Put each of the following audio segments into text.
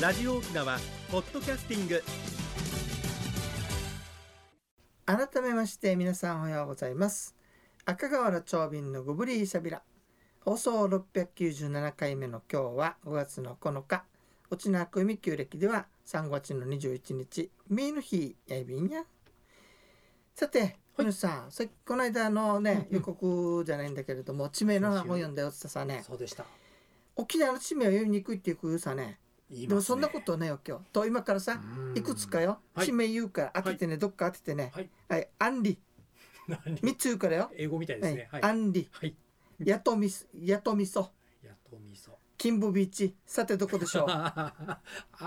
ラジオ沖縄ポッドキャスティング改めまして皆さんおはようございます赤瓦長瓶のゴブリーシャビラ放送697回目の今日は5月の9日うちなくみ旧暦では3月の21日みーの日やいびんやさてい皆さんさっきこの間のねうんうん予告じゃないんだけれども地名の本読んだよってさねそうでした沖縄の地名を読みにくいっていうさね言いでますねもそんなことねよ今日と今からさいくつかよはい地名言うから当ててねどっか当ててねはいはいアンリ何三つ言うからよ英語みたいではすいね、はいアンリ、はいヤトミス、ヤトミソ、やっとみ そキンブビーチ、さてどこでし ょう。ア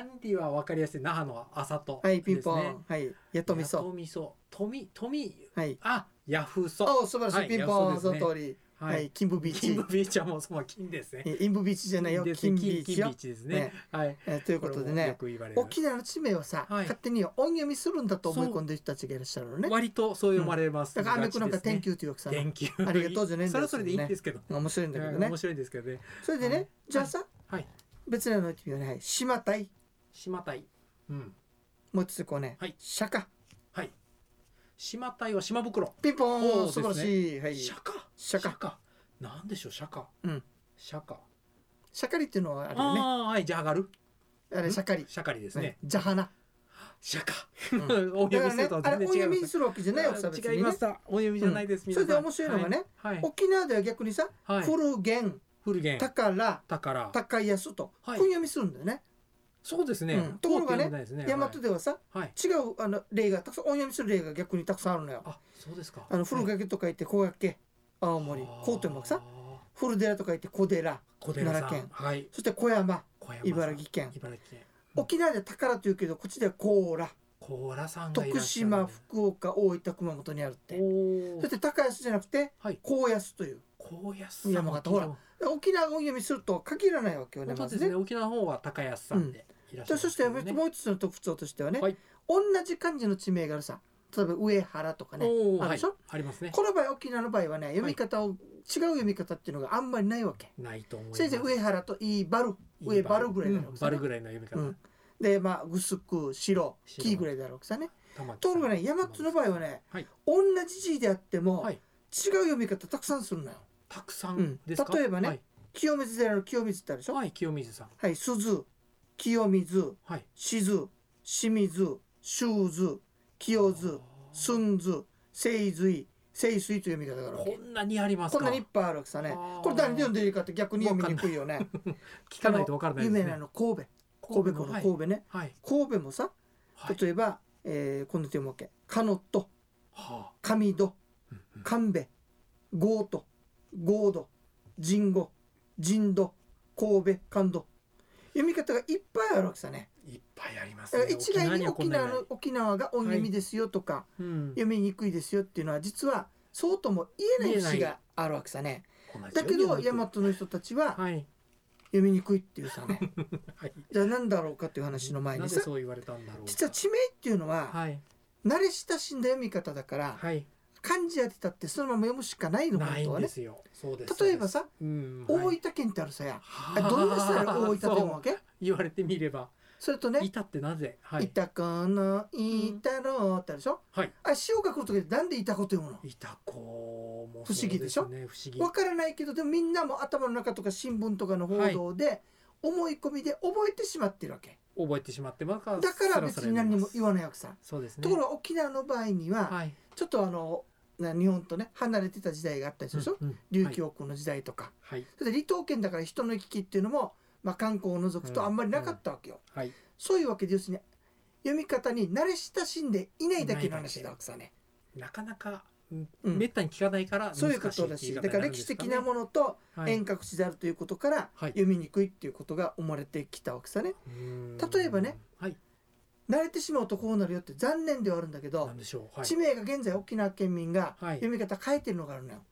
ンディはわかりやすい那覇の朝とはい、ピンですポねン、はい、ヤトミやっとソ、みそとみとみはい。あヤフーソお、素晴らはしいい、ピンポいやン、そうそですねの通り、ははいい、キンブビーキンチグ、ビーチはもうその金ですねえインブビーチじゃないよ、金ですキねンビーチ金よビー。チですねねはいえーというここれとでもよね、く言われる沖縄の地名をさ、はい勝手によ音読みするんだと思いそう込んでる人たちがいらっしゃるのね。割とそう読まれますだから、アメクなんか、ガチですね Thank you ってよくさ、電球ありがとうじゃねえんだよそれはそれでいいんですけど、面白いんだけどね面。白いんですけどねそれではいね、じゃあさ、はい別なの言ってみようねはい、島台、島隊うんもう一つこうねはい、釈迦、はい島隊は島袋ピンポおーン、素晴らしい、はい。釈迦釈迦なんでしょう釈迦うん釈迦シャカリっていうのはああるよね。あーはいじゃあ上がるあれシャカリ。シャカリですねね、ジャハナ。釈うん迦、 おだ読みからするね、とはあれ全お然読違みいますするわけじゃないよ、あさ別違いにねまし。たお読みじゃないです、皆さんそれで面白いのがねはい、はい、沖縄では逆にさ、はい、古源、フルゲン宝、宝高安と、は訓い読みするんだよね。そうですね、うんところがこうって読んでねないですね大和ではさ、はい、はい、違うあの例がたくさん、音読みする例が逆にたくさんあるのよ。あそうですかあの、古崖と書いて小崖、青森、高天もさ、あー古寺と書いて小寺、小寺さん奈良県はいそして小山、小山さん茨城県。茨城県沖縄では宝というけど、こっちではコーラ、小良さんがいら徳っしゃるね島、福岡、大分、熊本にあるって。おーそして高安じゃなくてはい高安という高安さん山形ほら沖縄を読みするとは限らないわけよね本当までずすねね。沖縄の方は高安さんでいらっしゃでるそしてもう一つの特徴としてはね、はい同じ漢字の地名があるさ例えば上原とかねおーあるはでいしょ、ありますねこの場合沖縄の場合はね読み方を、違う読み方っていうのがあんまりないわけ。ないと思いますせいぜい上原とイーバルいい上バルぐらいだろうんうバルぐらいの読みう方んでまあグスク白白キーぐらいだろうさね。玉木さんところがね山津の場合はね、はい同じ字であっても、はい違う読み方たくさんするのよ。たくさうんんですか例えばねはい清水寺の清水ってあるでしょ、はい清水さんはい、鈴、清水、はい静、清水、修図、清あー図、寸図、清水、清水という読み方があるわこけ。んなにありますこかんなにいっぱいあるわけさねあー。これ誰で読んでいいかって逆に読みにくいよね。聞かないとわからない有ですね名なの神戸。神戸この神戸ね。はい神戸もさ、はい例えば、えー、こんな手もわけ。かのと、は神戸、あうんうん神戸、ゴート、ゴード、神護、神戸、神戸、神戸。読み方がいっぱいあるわけさね。いっぱいありまだすからね一概にはこ沖んな縄の沖縄が音読みですよとか、うん読みにくいですよっていうのは実はそうとも言えない節があるわけさねだ同けじようどに大和の人たちははい読みにくいっていうさねはいじゃあ何だろうかっていう話の前なにぜさそう言われたんだろうか実は地名っていうのははい慣れ親しんだ読み方だからはい漢字当てたってそのまま読むしかないのな本い当んはでねすよそうです例えばさうん大はい分県ってあるさやはあどんな人なら大分っ てそう思うわけ言われてみればそれと「ねいた」ってなぜは「いいたこのいたろう」ってあるでしょはいあ塩が来る時なんで「いたこ」って読むの「いたこ」も不思議でしそょうすね不わ思からないけどでもみんなも頭の中とか新聞とかの報道で思い込みで覚えてしまってるわけ議覚えてしまってますからだから別に何にも言わないないわけさそうですねところが沖縄の場合にははいちょっとあのな日本とね離れてた時代があったりするでしょうんうん琉球王国の時代とかはいそれで離島県だから人の行き来っていうのもまあ観光を除くとあんまりなかったわけよはいそういうわけで要するに読み方に慣れ親しんでいないだけの話だわけさねなかなかうんめったに聞かないからそういうことだしだから歴史的なものとの遠隔地であるということからはい読みにくいっていうことが生まれてきたわけさね例えばねはい慣れてしまうとこうなるよって残念ではあるんだけど、なんでしょうはい地名が現在沖縄県民がはい読み方変えてるのがあるのよ、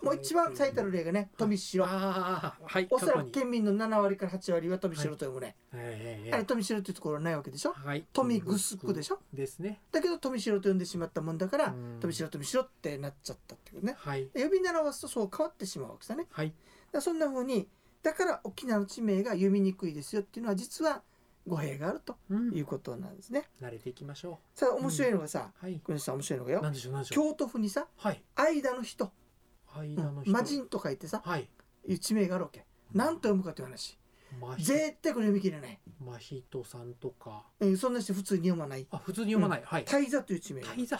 もう一番最たる例がねはい富城、ああはいおそら過く去に県民の7割から8割は富城と呼ぶね、ええあれ富城っていうところはないわけでしょはい富グスクでしょですねだけど富城と呼んでしまったもんだから、うん富城富城ってなっちゃったっていうねはい呼び習わすとそう変わってしまうわけさねはいだからそんな風にだから沖縄の地名が読みにくいですよっていうのは実は語弊があるとうんいうことなんですね。慣れていきましょさあ面白いのがさ、うはい国吉さん面白いのがよ何でしょう何でしょう京都府にさはい間の人間のうん人魔人と書いてさはいいう地名があるわけ何と読むかという話マヒ絶対これ読み切れない、マヒトさんとかうん、そんな人普通に読まないあ普通に読まないはい大座という地名がある大座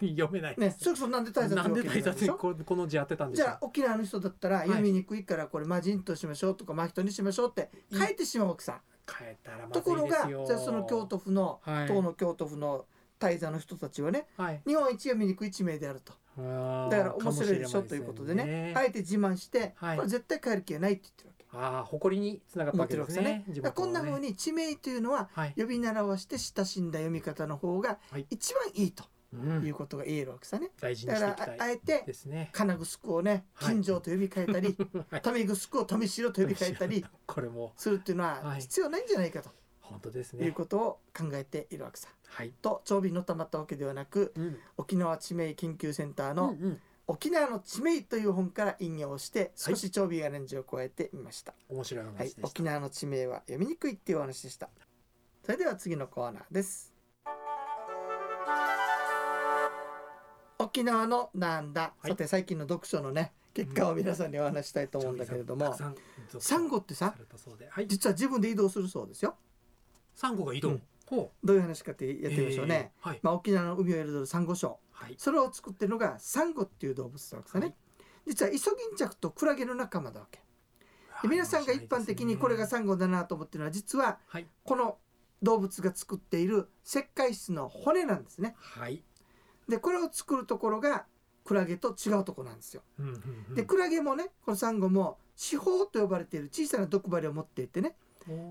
読めないねそれこそなんで大座なんといでうわけ大じ座ゃなっいでしてょここの字当てたんでじしょゃあ沖縄の人だったらい読みにくいからこれ魔人としましょうとか魔人にしましょうって書いてしまうわけさ変えたらまずとこいろですがよじゃあその京都府のはい当の京都府の大座の人たちはねはい日本一読みにくい地名であるとだかだから面白いでしょということでねあえて自慢してこはいれ絶対変える気はないって言ってるわけああ誇りにつながった思わってけでるわけすさねね。だからこんな風にに地名というのははい。呼び習わして親しんだ読み方の方がはい一番いいとういんうことが言えるわけさね。大事にだしかていらきたああいえてですね。金城をねはい金城と呼び替え たりはい富城を富城と呼び替えたり これもするっていうのははい必要ないんじゃないかと本当ですいうね。ことを考えているわけさ。はい。と長瓶のたまったわけではなくうん。沖縄地名研究センターうんのうん「沖縄の地名」という本から引用して少し長瓶アレンジを加えてみました。面白いは話いで、し沖た。縄の地名は読みにくいっていうお話でした。それでは次のコーナーです。沖縄のなんだ、はいさて最近の読書のね結果を皆さんにお話ししたいと思うんだけれども、ジョニーサさんンたくゴってさんさされたそうで、はい。実は自分で移動するそうですよサンゴが移う動ん。ほどういう話かってう。やってみましょうね、えー。はいまあ、沖縄の海を彩るサンゴ礁はい。それを作ってるのがサンゴっていう動物なわけですはね、い実はイソギンチャクとクラゲの仲間だわけで皆さんが一般的にこれがサンゴだなと思ってるのは実ははいこの動物が作っている石灰質の骨なんですねはい。でこれを作るところがクラゲと違うところなんですようんうんうんでクラゲもねこのサンゴも四方と呼ばれている小さな毒針を持っていてね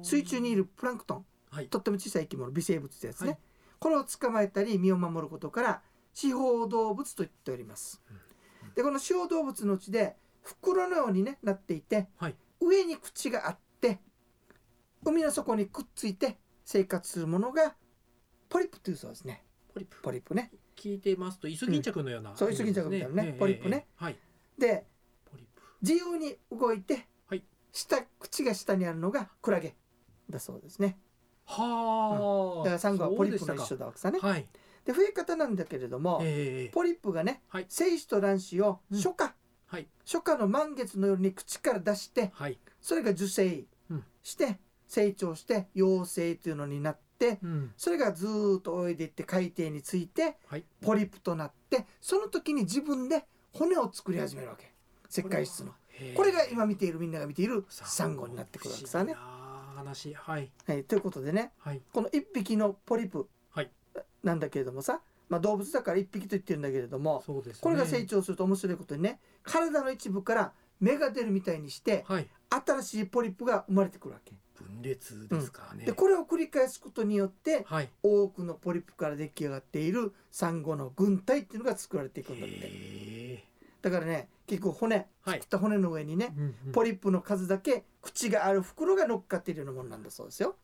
水中にい。るプランクトンはい。とっても小さい生き物微生物ってやつね、はいこれを捕まえたり身を守ることから四方動物と言っておりますうんうんでこの四方動物のうちで袋のように、ね、なっていてはい。上に口があって海の底にくっついて生活するものがポリプというそうですねポリプ。ポリプね聞いてますとイソギンチャクのような。そうイソギンチャクみたいなねえーポリプね。えーえーはい。でポリプ。自由に動いて、はい下口が下にあるのがクラゲだそうですねはあ。だからサンゴはポリプそうとでし一た緒かだわけさねはい。で増え方なんだけれども、ええポリプがねはい精子と卵子をうん初夏、はい初夏の満月の夜に口から出してはい。それが受精うんして成長して幼生というのになってうん。それがずーっと泳いでいって海底についてはい。ポリプとなってその時に自分で骨を作り始めるわけ石灰質のへー。これが今見ているみんなが見ているサンゴになってくるわけさね不。思議な話はいはい、ということでねはいこの1匹のポリプはいなんだけれどもさ、まあ、動物だから1匹と言ってるんだけれどもそうですね。これが成長すると面白いことにね体の一部から芽が出るみたいにしてはい新しいポリプが生まれてくるわけ分裂ですからね。でこれを繰り返すことによってはい。多くのポリプから出来上がっているサンゴの軍隊っていうのが作られていくんだってへだからね結構骨ーは切いっ。た骨の上にねポリプの数だけ口がある袋が乗っかっているようなものなんだそうですよ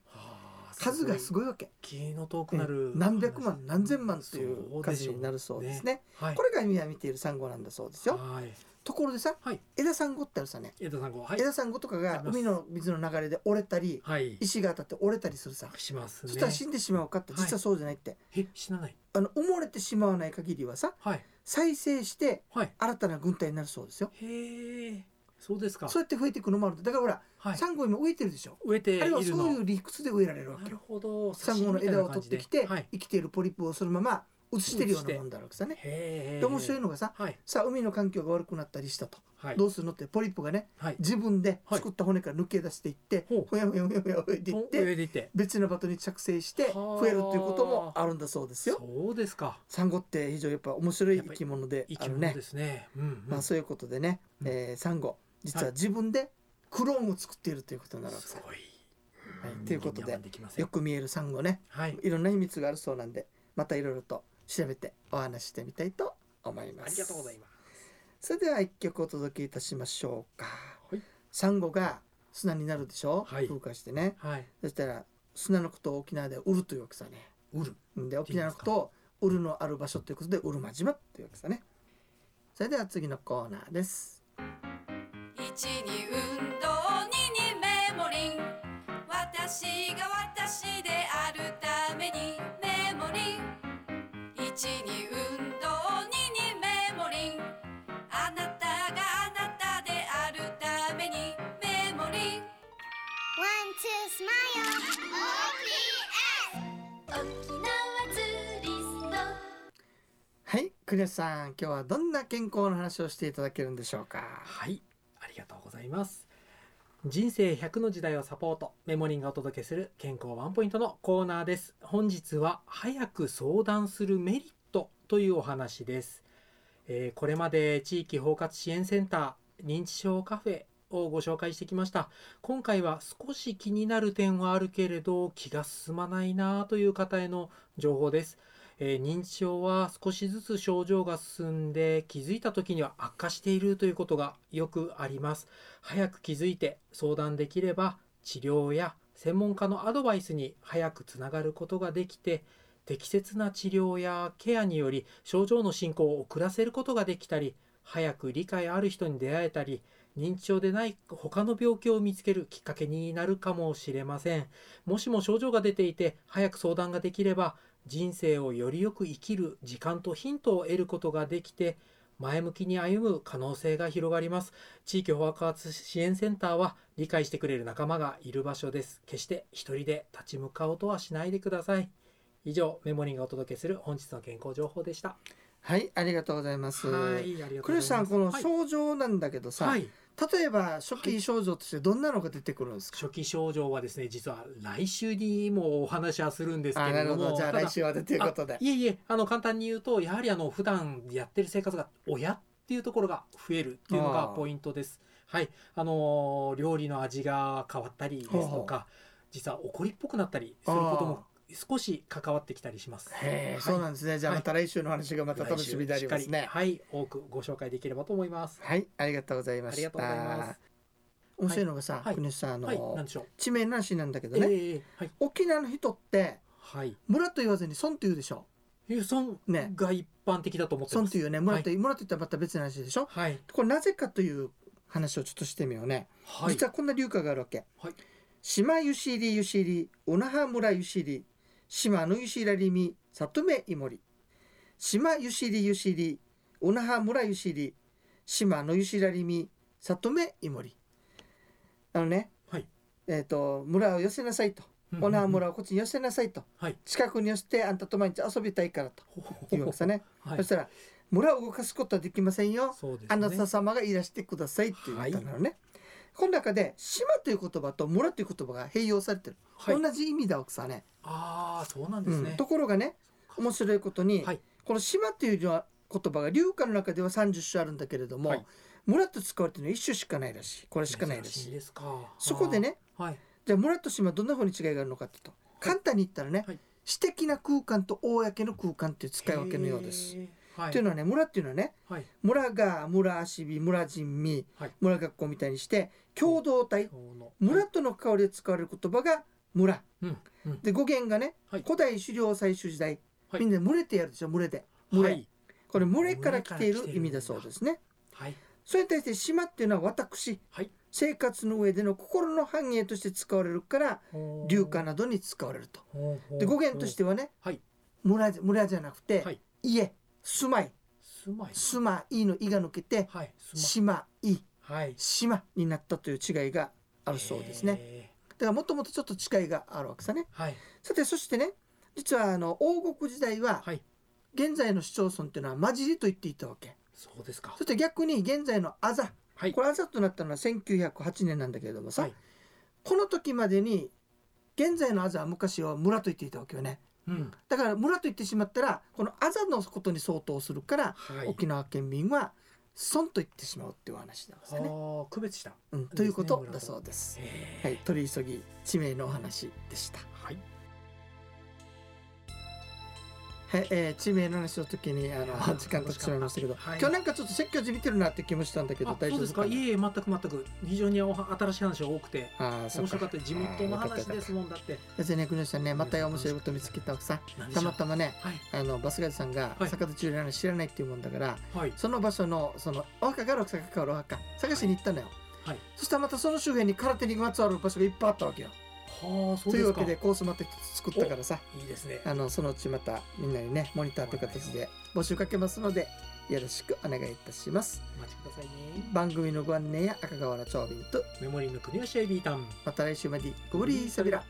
数がすごい。ごいわけ気の遠くなるうん何百万何千万という数になるそうですね。はい。これが今見ているサンゴなんだそうですよはい。ところでさ、はい枝サンゴってあるさね江田さんごはい枝サンゴとかあがります海の水の流れで折れたりはい石が当たって折れたりするさ、しますそね。したら死んでしまうかってはい実はそうじゃないって、え死なない。あの埋もれてしまわない限りはさはい再生してはい。新たな軍隊になるそうですよへえそうですか。そうやって増えていくのもあるんだだからほら、はい。サンゴ今植えてるでしょ植えていあれるはそういの。う理屈で植えられるわなけるよほど。サンゴの枝を取ってきて、はい。生きているポリプをそのまま移してるようなもんだろうさねへえ。で面白いのがさはいさあ海の環境が悪くなったりしたと、はいどうするのってポリプがねはい。自分で作った骨から抜け出していって、ほうほやほやほやほやほやっていっおて上で行って。別の場所に着生してはあ増えるということもあるんだそうですよ。そうですか。サンゴって非常にやっぱ面白い生き物で生あきる物ねで。すね。うん、うん。まあそういうことでね、うんえーサンゴ実ははい自分でクローンを作っているということになるわけですす。ごい。はいうんということで人間はできませんよく見えるサンゴねはい。いろんな秘密があるそうなんでまたいろいろと調べてお話ししてみたいと思いまあす。りがとうございます。それでは一曲お届けいたしましょうか、はいサンゴが砂になるでしょ、はい風化してねはい。そしたら砂のことを沖縄ではウルというわけさねうる。で沖縄のことをウルのある場所ということでウルマ島というわけさねそれでは次のコーナーです1に運動2にメモリン私が私沖縄ツーリストはい国吉さん今日はどんな健康の話をしていただけるんでしょうかはい、ありがとうございます。人生100の時代をサポート、メモリンがお届けする健康ワンポイントのコーナーです。本日は早く相談するメリットというお話です。えーこれまで地域包括支援センター、認知症カフェをご紹介してきました。今回は少し気になる点はあるけれど気が進まないなあという方への情報です。えー認知症は少しずつ症状が進んで気づいた時には悪化しているということがよくあります早く気づいて相談できれば治療や専門家のアドバイスに早くつながることができて適切な治療やケアにより症状の進行を遅らせることができたり早く理解ある人に出会えたり認知症でない他の病気を見つけるきっかけになるかもしれませんもしも症状が出ていて早く相談ができれば人生をよりよく生きる時間とヒントを得ることができて前向きに歩む可能性が広がります地域保護活支援センターは理解してくれる仲間がいる場所です決して一人で立ち向かおうとはしないでください以上メモリーがお届けする本日の健康情報でしたはいありがとうございますはいありがとうござい国ま吉すさんこのはい症状なんだけどさ、はい例えば初期症状としてどんなのが出てくるんですか、初期症状はですね実は来週にもお話はするんですけあれなるどほもどじゃあただ来週は出ていうことであいえいえあの簡単に言うとやはりあの普段やってる生活が親っていうところが増えるっていうのがあーポイントです。はい、あのー料理の味が変わったりですほうとほか実は怒りっぽくなったりすることも少し関わってきたりします。へえ、はいそうなんですねじゃあはいまた来週の話がまた来楽週しみでありますしっねかりはい、多くご紹介できればと思います。はい、ありがとうございまあしりたがとうございます。面白いのがさ、はい国吉さんあの、はい、なんでしょう。地名なしなんだけどえね、えはい、沖縄の人ってはい、村と言わずに村と言うでしょえそんねが一般的だと思ってま村す。というね村と、村と言ったらまた別の話でしょはい、これなぜかという話をちょっとしてみようね、はい実、はこんな理由があるわけ、はい島ゆしりゆしりおなは村ゆしり島のゆしらりみ里目いもり島ゆしりゆしりおなは村ゆしり島のゆしらりみ里目いもりあのね、はいえっ、と村を寄せなさいと、おなは村をこっちに寄せなさいとはい、近くに寄せてあんたと毎日遊びたいからとほほほ言うわけさね、はいそしたら村を動かすことはできませんよそうですね。あなた様がいらしてくださいって言ったのね、この中で「島」という言葉と「村」という言葉が併用されてる、はい、同じ意味だ奥さんねああ、そうなんですうねん。ところがね面白いことに、はいこの「島」というのは言葉が流歌の中では30種あるんだけれども、はい村と使われてるのは1種しかないらしいこれしかないら珍ししいいですか。そこでねあー。はい。じゃあ村と島どんな風に違いがあるのかってと簡単に言ったらね、はい私的な空間と公の空間っていう使い分けのようです。へー。はい。というのはね村っていうのはねはい。村が村足び村人民、はい村学校みたいにして共同体今日の村。との関わりで使われる言葉が村うん。うん。で語源がね、はい古代狩猟採集時代、はいみんなで群れてやるでしょ群れで群れ、はい。これ群れから来て群いれから来てるいる意味だそうですねはい。それに対して島っていうのは私、はい生活の上での心の繁栄として使われるから流歌などに使われるとほうほう。。で語源としててはね、はい村じゃ村じゃなくて、はい家住まい住まい。住まいの「い」が抜けてはい。住島いまい。はい。島になったという違いがあるそうですね。ね。だからもともとちょっと違いがあるわけさね。はい。さてそしてね実はあの王国時代ははい。現在の市町村っていうのは混じりと言っていたわけ。そうですかそ。して逆に現在のあざはい。これあざとなったのは1908年なんだけれどもさ、はいこの時までに現在のあざは昔は村と言っていたわけよね。うん。だから村と言ってしまったらこのあざのことに相当するから、はい。沖縄県民は村と言ってしまうっていうお話なんですああよね。ー、区別した。うん、ということですね村とだそうです。へーはい、取り急ぎ地名のお話でした。はい。はい、えー、地名の話の時にあのあー時間とってしまいましたけど、はい今日なんかちょっと説教じみてるなって気もしたんだけどあ、大そ丈うで夫ですすか。か、いね？えいえ、全く全く。非常にお新しい話が多くて。ああ、そ面白うか。かった地元の話ですもんだって。別にね、国吉さんね、また面白いこと見つけたわけさ。何でしたょまうたまね、はい。あのバスガイドさんがはい坂田中の話知らないっていうもんだから、はい。その場所のそのお墓があるお墓があるお墓探しに行ったのよ。はいそしたらまたその周辺に空手にまつわる場所がいっぱいあったわけよ。はあ、そうとでいうすわかけ。でコースまた一つ作ったからさ。いいですね。あのそのうちまたみんなにねモニターという形で募集かけますのでよろしくお願いいたしますお待ちくださいね番組のご案内や赤瓦長瓶とメモリーの国吉エビータンまた来週までご無理さびら